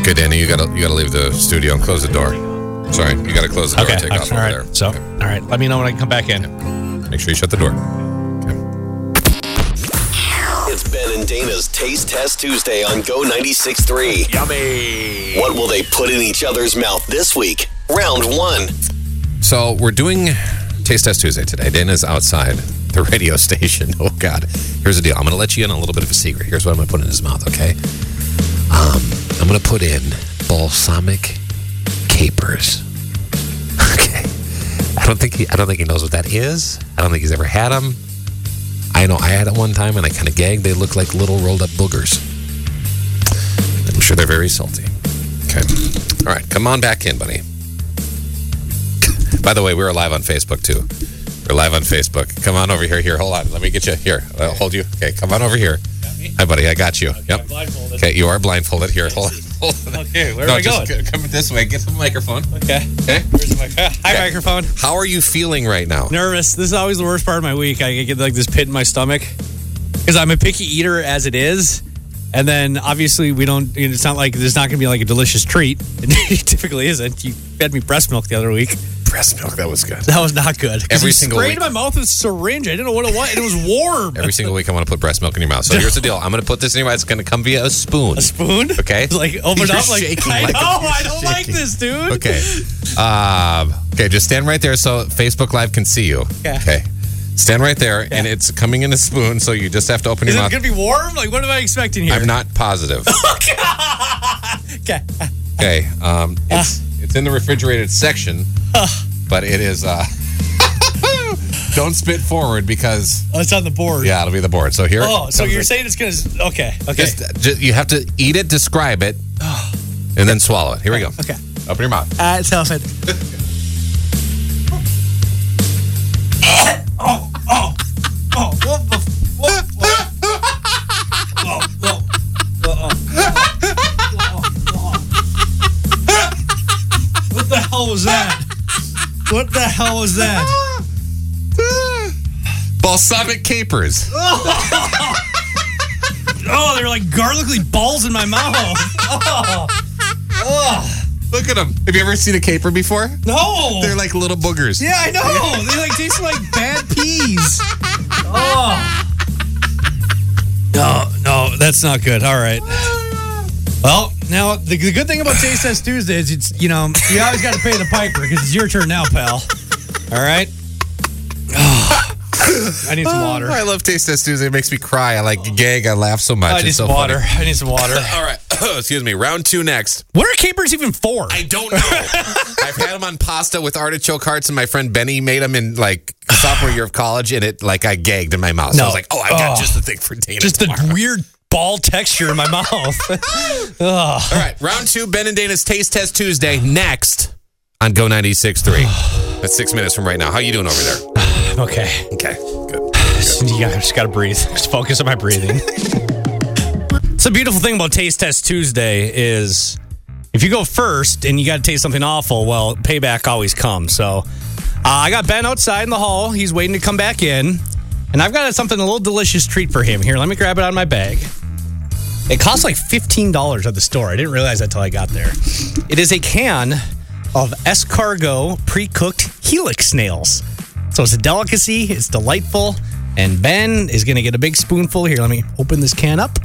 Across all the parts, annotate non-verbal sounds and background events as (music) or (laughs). Okay, Danny, you gotta you gotta leave the studio and close the door. Sorry, you gotta close the door. Okay. and take all off over right. there. So, Okay. all right. Let me know when I can come back in. make sure you shut the door. It's Ben and Dana's Taste Test Tuesday on Go 96.3. Yummy. What will they put in each other's mouth this week? Round one. So we're doing Taste Test Tuesday today. Dana's outside the (laughs) radio station. Oh God! Here's the deal. I'm gonna let you in on a little bit of a secret. Here's what I'm gonna put in his mouth. Okay. Um, I'm gonna put in balsamic capers. (laughs) Okay. I don't think he, I don't think he knows what that is. I don't think he's ever had them. I know I had it one time and I kind of gagged. They look like little rolled up boogers. I'm sure they're very salty. Okay. All right. Come on back in, buddy. By the way, we were live on Facebook too. We're live on Facebook. Come on over here. Here, hold on. Let me get you here. I'll hold you. Okay, come on over here. Hi, buddy. I got you. Yep. blindfolded. Okay, you are blindfolded. Here, hold on. Hold on. Okay, where no, am I just going? c- come this way. Get the microphone. Okay. Okay. Where's my (laughs) Hi, microphone. How are you feeling right now? Nervous. This is always the worst part of my week. I get like this pit in my stomach because I'm a picky eater as it is. And then obviously we don't. You know, it's not like there's not going to be like a delicious treat. (laughs) It typically isn't. You fed me breast milk the other week. Breast milk. That was good. That was not good. 'Cause Every you single sprayed week. my mouth with a syringe. I didn't know what it was. and It was warm. Every single week, I want to put breast milk in your mouth. So here's the deal. I'm going to put this in your mouth. It's going to come via a spoon. a spoon. Okay. It's like open You're up. Like shaking I like a- know. I you're don't like shaking. this, dude. Okay. Um, okay, just stand right there so Facebook Live can see you. Yeah. Okay. Stand right there, and it's coming in a spoon, so you just have to open Is your it mouth. gonna be warm? Like what am I expecting here? I'm not positive. okay. (laughs) okay. Um, Ah. it's, it's in the refrigerated section, but it is. Uh, (laughs) don't spit forward because, Oh, it's on the board. yeah, it'll be the board. So here. it Oh, so comes you're right- saying it's gonna? Okay. Okay. Ah. Just, ju- you have to eat it, describe it, and then swallow it. Here (laughs) we go. okay. Open your mouth. Uh, it's (laughs) helping. oh, oh, oh! What the? What? what? Oh, oh, oh, oh, oh. What the hell was that? What the hell was that? Balsamic capers. Oh, they're like garlicly balls in my mouth. (laughs) Oh, Look at them. Have you ever seen a caper before? No. They're like little boogers. Yeah, I know. They like taste like bad peas. Oh. No, no, that's not good. All right. Well, now the, the good thing about Taste Test Tuesday is it's you know you always got to pay the piper because it's your turn now, pal. All right. (sighs) Oh. I need some water. I love Taste Test Tuesday. It makes me cry. I like gag. I laugh so much. I need it's so some water. funny. I need some water. All right. (coughs) Excuse me. Round two next. What are capers even for? I don't know. I've had them on pasta with artichoke hearts, and my friend Benny made them in like sophomore year of college, and it like I gagged in my mouth. So I No. was like, oh, I got Oh. just the thing for Dana. Just the (laughs) tomorrow. weird ball texture in my mouth. Ugh. All right. Round two. Ben and Dana's Taste Test Tuesday next on Go (sighs) 96.3. That's six minutes from right now. How you doing over there? (laughs) Okay. Okay. Good. Yeah, I just gotta breathe. (laughs) Just focus on my (laughs) breathing. it's a beautiful thing about Taste Test Tuesday is if you go first and you gotta taste something awful, well, payback always comes. So uh, I got Ben outside in the hall. He's waiting to come back in, and I've got something a little delicious treat for him. Here, let me grab it out of my bag. It costs like fifteen dollars at the store. I didn't realize that until I got there. It is a can of escargot pre-cooked helix snails. So it's a delicacy. It's delightful. And Ben is going to get a big spoonful here. Let me open this can up.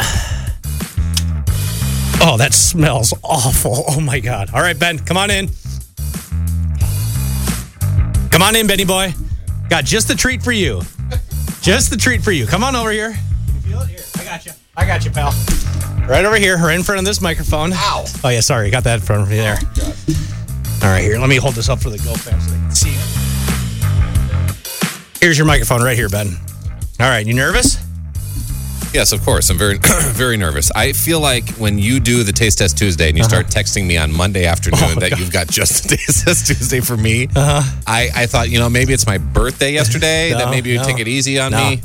Oh, that smells awful. Oh my god. All right, Ben, come on in. Come on in, Benny boy. Got just the treat for you. Just the treat for you. Come on over here. Feel it here. I got you. I got you, pal. Right over here, right in front of this microphone. Ow. Oh yeah, sorry, got that in front of me there. All right, here. Let me hold this up for the GoFam so they can see it. Here's your microphone right here, Ben. All right, you nervous? Yes, of course. I'm very, (coughs) very nervous. I feel like when you do the Taste Test Tuesday and you start Uh-huh. texting me on Monday afternoon (laughs) Oh, that you've got just the (laughs) Taste Test Tuesday for me, I, I thought, you know, maybe it's my birthday yesterday, that Uh-huh. No, maybe you no. take it easy on No. me.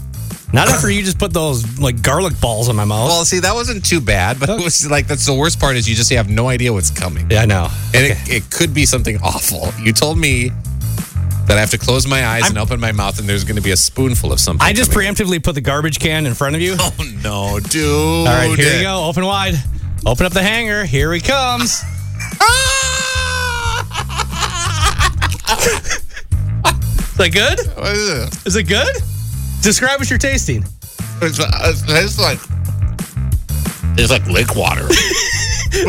Not after you just put those like garlic balls in my mouth. Well, see, that wasn't too bad, but it was like, that's the worst part is you just have no idea what's coming. yeah, I know. And it, it could be something awful. You told me that I have to close my eyes and open my mouth and there's going to be a spoonful of something. I just coming. preemptively put the garbage can in front of you. Oh, no, dude. (laughs) All right, here you go. Open wide. Open up the hanger. Here he comes. Is that good? What is it? Is it good? Describe what you're tasting. It's, it tastes like it's like lake (laughs) water. what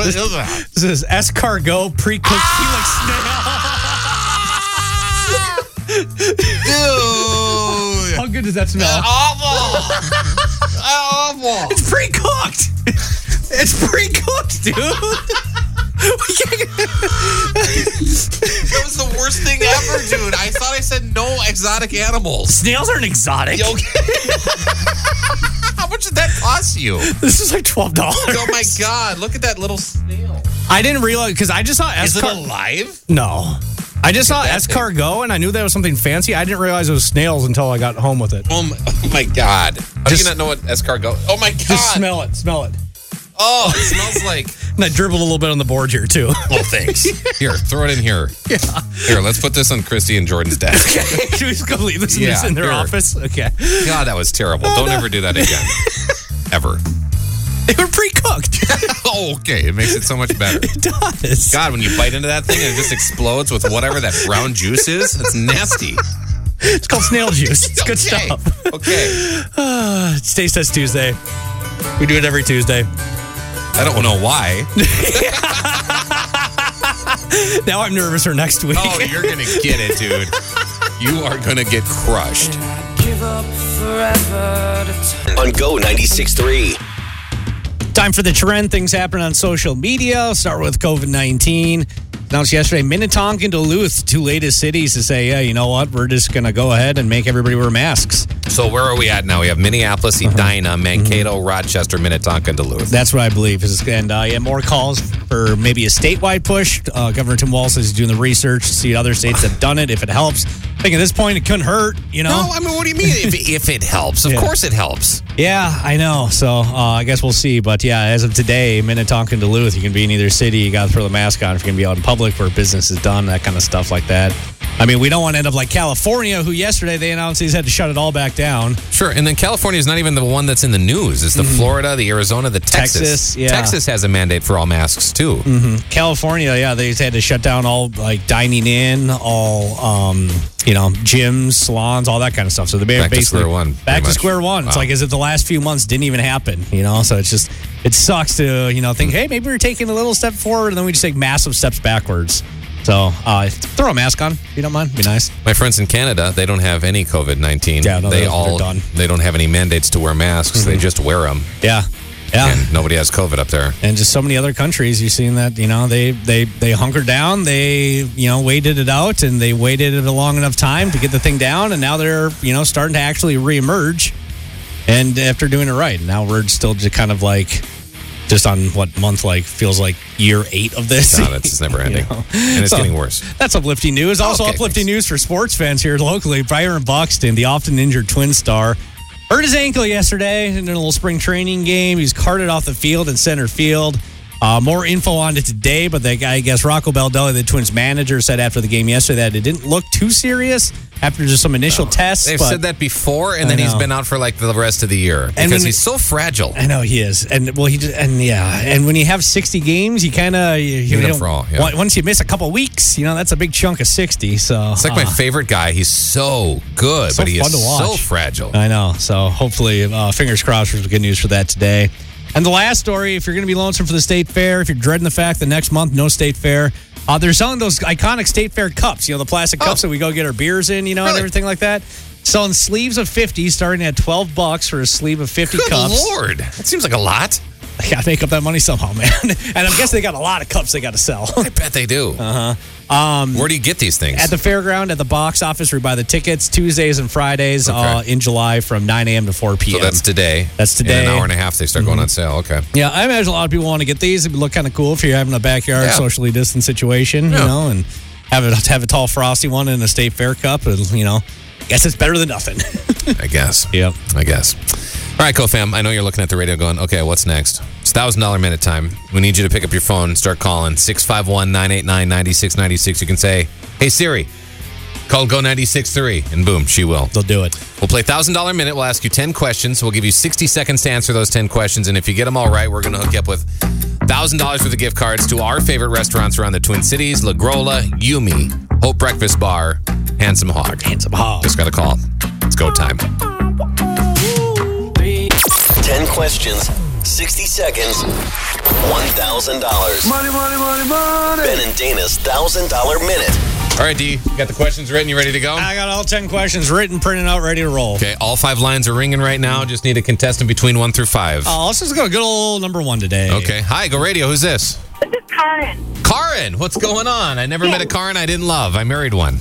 is that? This is escargot pre-cooked Felix snail. Dude, How good does that smell? Oh, awful. (laughs) awful. It's pre-cooked. (laughs) It's pre-cooked, dude. (laughs) We can't- That was the worst thing ever, dude. I thought I said no exotic animals. (laughs) Snails aren't exotic. Yo, How much did that cost you? This is like twelve dollars. Oh my god, look at that little snail. I didn't realize because I just saw Is it escargot. alive? No, I just saw that thing. escargot and I knew that was something fancy. I didn't realize it was snails until I got home with it. Oh my, oh my god. How do Just- you not know what escargot? Oh my god. Just smell it. Smell it. Oh, it smells like And I dribbled a little bit on the board here too. little things. Here, throw it in here. Yeah. Here, let's put this on Christy and Jordan's (laughs) desk. Should we just go leave this in, Yeah, this in their sure. office? Okay. God, that was terrible. Don't ever do that again. Ever. (laughs) They were pre-cooked. (laughs) Oh, okay. It makes it so much better. it does. God, when you bite into that thing and it just explodes with whatever that brown juice is, it's nasty. It's called snail juice. It's good okay. stuff. Uh, Okay. It's Taste Test Tuesday. We do it every Tuesday. I don't know why. (laughs) Now I'm nervous for next week. Oh, you're going to get it, dude. You are going to get crushed. Give up forever to on Go 96.3. Time for the trend things happening on social media. Start with COVID 19. Announced yesterday, Minnetonka and Duluth, two latest cities to say, yeah, you know what? We're just going to go ahead and make everybody wear masks. So, where are we at now? We have Minneapolis, Uh-huh. Edina, Mm-hmm. Mankato, Rochester, Minnetonka, and Duluth. That's what I believe. Is, and uh, yeah, more calls for maybe a statewide push. Uh, Governor Tim Walz is doing the research to see other states have done it, if it helps. I think at this point, it couldn't hurt, you know? No, I mean, what do you mean if, if it helps? Of Yeah. course it helps. Yeah, I know. So uh, I guess we'll see. But yeah, as of today, Minnetonka and Duluth, you can be in either city. You got to throw the mask on if you're going to be out in public where business is done, that kind of stuff like that. I mean, we don't want to end up like California, who yesterday they announced they had to shut it all back down. Sure, and then California is not even the one that's in the news. It's the Florida, the Arizona, the Texas. Mm-hmm. Texas, yeah. Mm-hmm. Texas has a mandate for all masks too. California, yeah, they had to shut down all like dining in, all um, you know, gyms, salons, all that kind of stuff. So they Back to basically square one, pretty back to much. square one. It's Wow. like as if the last few months didn't even happen, you know. So it's just it sucks to you know think, Hmm. hey, maybe we're taking a little step forward, and then we just take massive steps backwards. So uh, throw a mask on if you don't mind, be nice. My friends in Canada, they don't have any COVID nineteen. Yeah, no, they they're- all they're done. Mm-hmm. they don't have any mandates to wear masks. They just wear them, Yeah, yeah. and nobody has COVID up (laughs) there. and just so many other countries you've seen that you know they they they hunkered down they you know waited it out and they waited it a long enough time to get the thing down and now they're you know starting to actually reemerge and after doing it right now we're still just kind of like just on what month like feels like year eight of this God, it's just never ending, and it's So- getting worse. that's uplifting news. Also, Okay, uplifting thanks. news for sports fans here locally. Byron Buxton, the often injured twin star, hurt his ankle yesterday in a little spring training game. He's carted off the field in center field. Uh, more info on it today, but the, I guess Rocco Baldelli, the Twins manager, said after the game yesterday that it didn't look too serious after just some initial tests. Oh, They've but- said that before, and I then he's know. been out for like the rest of the year because when- he's so fragile. I know he is, and well, he just, and yeah, and when you have sixty games, you kind of you, you Need him don't- for all, yeah. on- once you miss a couple weeks, you know that's a big chunk of sixty. So It's like my favorite guy. He's so good, Uh-huh. So but he fun to is so watch. Uh, fragile. I know. So hopefully, uh, fingers crossed for good news for that today. And the last story, if you're going to be lonesome for the state fair, if you're dreading the fact that next month no state fair, uh, they're selling those iconic state fair cups. You know, the plastic cups that we go get our beers in. You know, and Oh. Really? everything like that. Selling sleeves of fifty, starting at twelve bucks for a sleeve of fifty Good cups. lord, that seems like a lot. I (laughs) gotta make up that money somehow, man. (laughs) And I'm guessing they got a lot of cups they got to sell. I bet they do. Uh huh. Um, Where do you get these things? Uh-huh. At the fairground, at the box office, we buy the tickets Tuesdays and Fridays uh, Okay. in July from 9 a.m. to 4 p.m. so that's today. That's In today. Mm-hmm. an hour and a half, they start going on sale. Okay. yeah, I imagine a lot of people want to get these. It would look kind of cool if you're having a backyard Yeah. socially distant situation, Yeah. you know, and have a, have a tall frosty one and a state fair cup. And, you know, guess it's better than nothing. (laughs) I guess. Yep. I guess. All right, CoFam. I know you're looking at the radio going, okay, what's next? It's thousand dollar minute time. We need you to pick up your phone and start calling 651 989 9696. You can say, hey, Siri, call Go 963. And boom, she will. They'll do it. We'll play $1,000 Minute. We'll ask you 10 questions. We'll give you 60 seconds to answer those 10 questions. And if you get them all right, we're going to hook you up with $1,000 worth of gift cards to our favorite restaurants around the Twin Cities La Grola, Yumi, Hope Breakfast Bar, Handsome Hog. Handsome Hog. Just got a call. It's go time. 10 questions, 60 seconds, $1,000. Money, money, money, money. Ben and Dana's $1,000 minute. All right, D, you got the questions written. You ready to go? I got all 10 questions written, printed out, ready to roll. Okay, all five lines are ringing right now. Just need a contestant between one through five. Oh, let's just go good old number one today. Okay. Hi, Go Radio. Who's this? This is Karen. Karen. What's going on? I never met a Karen I didn't love. I married one.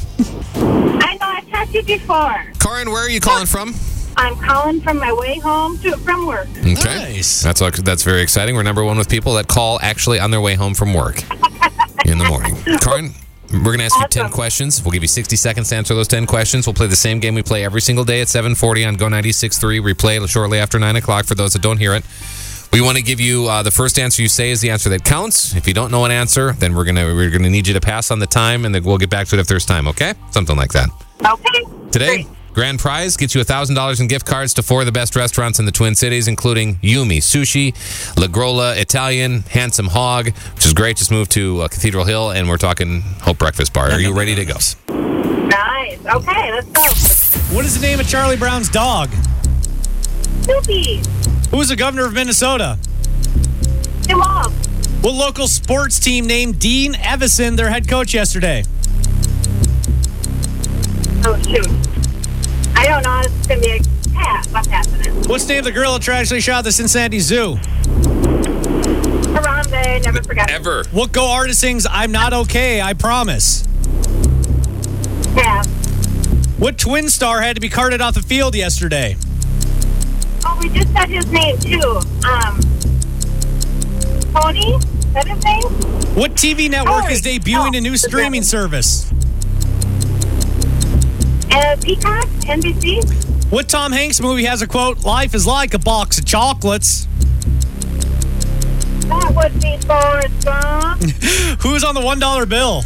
I know I've talked to you before. Karen, where are you calling from? I'm calling from my way home to from work. Okay. Nice. That's that's very exciting. We're number one with people that call actually on their way home from work in the morning. Karen, we're gonna ask you ten Awesome. questions. We'll give you sixty seconds to answer those ten questions. We'll play the same game we play every single day at seven forty on Go 96.3. We play shortly after nine o'clock for those that don't hear it. We want to give you uh, the first answer you say is the answer that counts. If you don't know an answer, then we're gonna we're gonna need you to pass on the time, and then we'll get back to it if there's time. Okay, something like that. Okay. Today, Great. grand prize gets you $1,000 in gift cards to four of the best restaurants in the Twin Cities, including Yumi Sushi, La Grola Italian, Handsome Hog, which is great. Just moved to uh, Cathedral Hill, and we're talking Hope Breakfast Bar. Are you ready to go? Nice. Okay, let's What is the name of Charlie Brown's dog? go. Snoopy. Who is the governor of Minnesota? Jim Wall. What local sports team named Dean Evison their head coach yesterday? Oh, shoot. I don't know. It's going to be a pass. What's happening? What's the name of the girl that tragically shot at the Cincinnati Zoo? Harambe. Never forgot. Ever. What go artist sings I'm Not Okay, I Promise? Pass. What twin star had to be carted off the field yesterday? Oh, we just said his name, too. Um, Tony? Is that his name? What TV network is debuting a new streaming service? Uh, Peacock? NBC? What Tom Hanks movie has a quote, Life is like a box of chocolates? That would be Forrest Gump. (laughs) Who's on the $1 bill?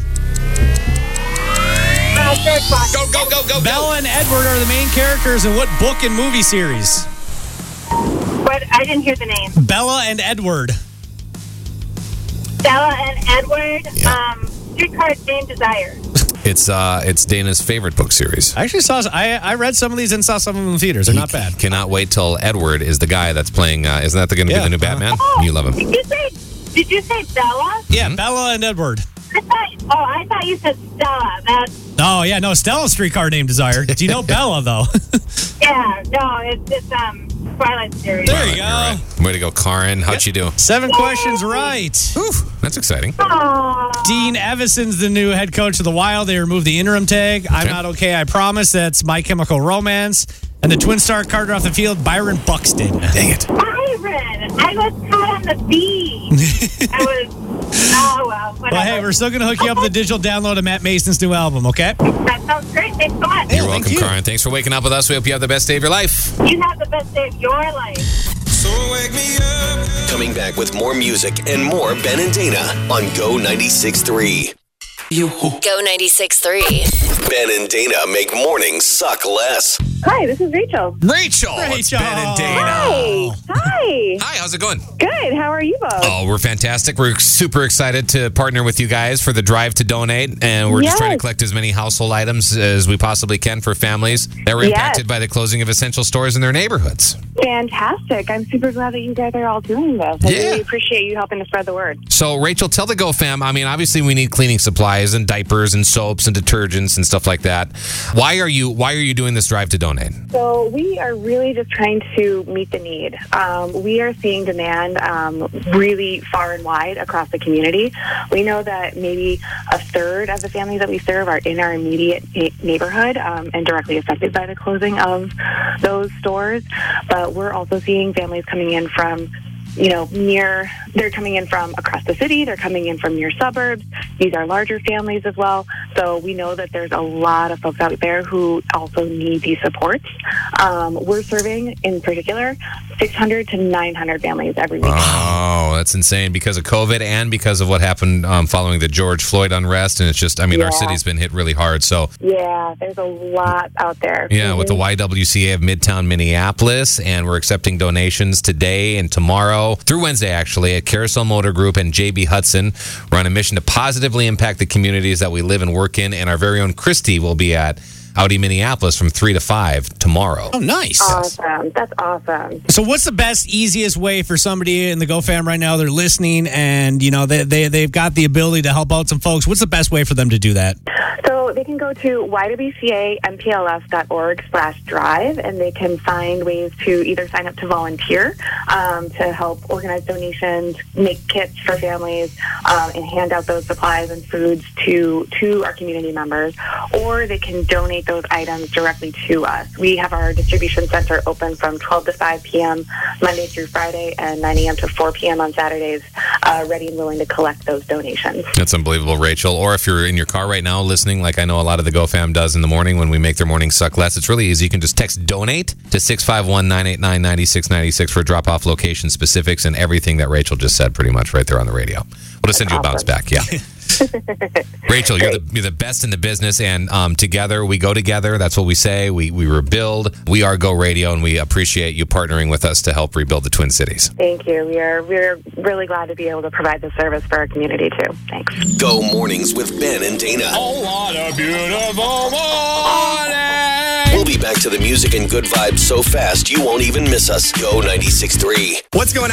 Uh, George Washington. Go, go, go. Bella and Edward are the main characters in what book and movie series? What? I didn't hear the name. Bella and Edward. Stella and Edward. Um, Streetcar Named Desire. It's, uh, it's Dana's favorite book series. I actually saw, I, I read some of these and saw some of them in theaters. They're not bad. Cannot wait till Edward is the guy that's playing. Uh, isn't that going to Yeah. Uh-huh. be the new Batman? Oh, You love him. Did you say? Did you say Bella? Yeah, Bella and Edward. I thought. Oh, I thought you said Stella. That's Oh, yeah, no, Stella's streetcar named Desire. Do you know Bella, though? (laughs) yeah. No, it's it's um Twilight series. There you You're go. right. Way to go, Karen. How'd you do? Seven questions right. That's exciting. Oh, Dean Evison's the new head coach of the Wild. They removed the interim tag. I'm Okay. not okay, I promise. That's My Chemical Romance. And the twin star Carter off the field, Byron Buxton. Dang it. Byron. I was caught on the bee. I (laughs) was. Oh well. Whatever. But hey, we're still going to hook you up with a digital download of Matt Mason's new album, okay? that sounds great. Thanks so much. You're welcome, Karen. Thanks for waking up with us. We hope you have the best day of your life. You have the best day of your life. Coming back with more music and more Ben and Dana on Go 96.3. Go 96.3. Ben and Dana make mornings suck less. Hi, this is Rachel. Rachel. It's Rachel. Ben and Dana. Hey. Hi. Hi, how's it going? Good. How are you both? Oh, we're fantastic. We're super excited to partner with you guys for the drive to donate, and we're just Yes. trying to collect as many household items as we possibly can for families that were Yes. impacted by the closing of essential stores in their neighborhoods. Fantastic. I'm super glad that you guys are all doing this. I Yeah. really appreciate you helping to spread the word. So, Rachel, tell the GoFam. I mean, obviously, we need cleaning supplies and diapers and soaps and detergents and stuff like that. Why are you Why are you doing this drive to donate? So we are really just trying to meet the need. Um, we are seeing demand um, really far and wide across the community. We know that maybe a third of the families that we serve are in our immediate na- neighborhood um, and directly affected by the closing of those stores. But we're also seeing families coming in from you know, near, they're coming in from across the city, they're coming in from near suburbs. These are larger families as well. So we know that there's a lot of folks out there who also need these supports. Um, we're serving in particular 600 to 900 families every week. Oh, that's insane because of COVID and because of what happened um, following the George Floyd unrest. And it's just, I mean, our Yeah. city's been hit really hard. So, Yeah, there's a lot out there. Mm-hmm. yeah, with the YWCA of Midtown Minneapolis, and we're accepting donations today and tomorrow through Wednesday, actually, at Carousel Motor Group and JB Hudson. We're on a mission to positively impact the communities that we live and work in. And our very own Christy will be at Audi Minneapolis from 3 to 5 tomorrow. Oh, nice. Awesome. That's awesome. So, what's the best, easiest way for somebody in the GoFam right now? They're listening, and you know they they they've got the ability to help out some folks. What's the best way for them to do that? So they can go to ywcampls.org slash drive and they can find ways to either sign up to volunteer um, to help organize donations, make kits for families, um, and hand out those supplies and foods to, to our community members, or they can donate those items directly to us. We have our distribution center open from 12 to 5 p.m. Monday through Friday and 9 a.m. to 4 p.m. on Saturdays, uh, ready and willing to collect those donations. That's unbelievable, Rachel. Or if you're in your car right now listening, like I know a lot of the GoFam does in the morning when we make their morning suck less, it's really easy. You can just text donate to 651 989 9696 for drop off location specifics and everything that Rachel just said pretty much right there on the radio. We'll just send you a bounce back. Yeah. (laughs) Rachel, you're the, you're the best in the business, and um, together we go together. That's what we say. We, we rebuild. We are Go Radio, and we appreciate you partnering with us to help rebuild the Twin Cities. Thank you. We are we're really glad to be able to provide this service for our community too. Thanks. Go Mornings with Ben and Dana. Oh, what a beautiful morning! We'll be back to the music and good vibes so fast you won't even miss us. Go 96.3. What's going on?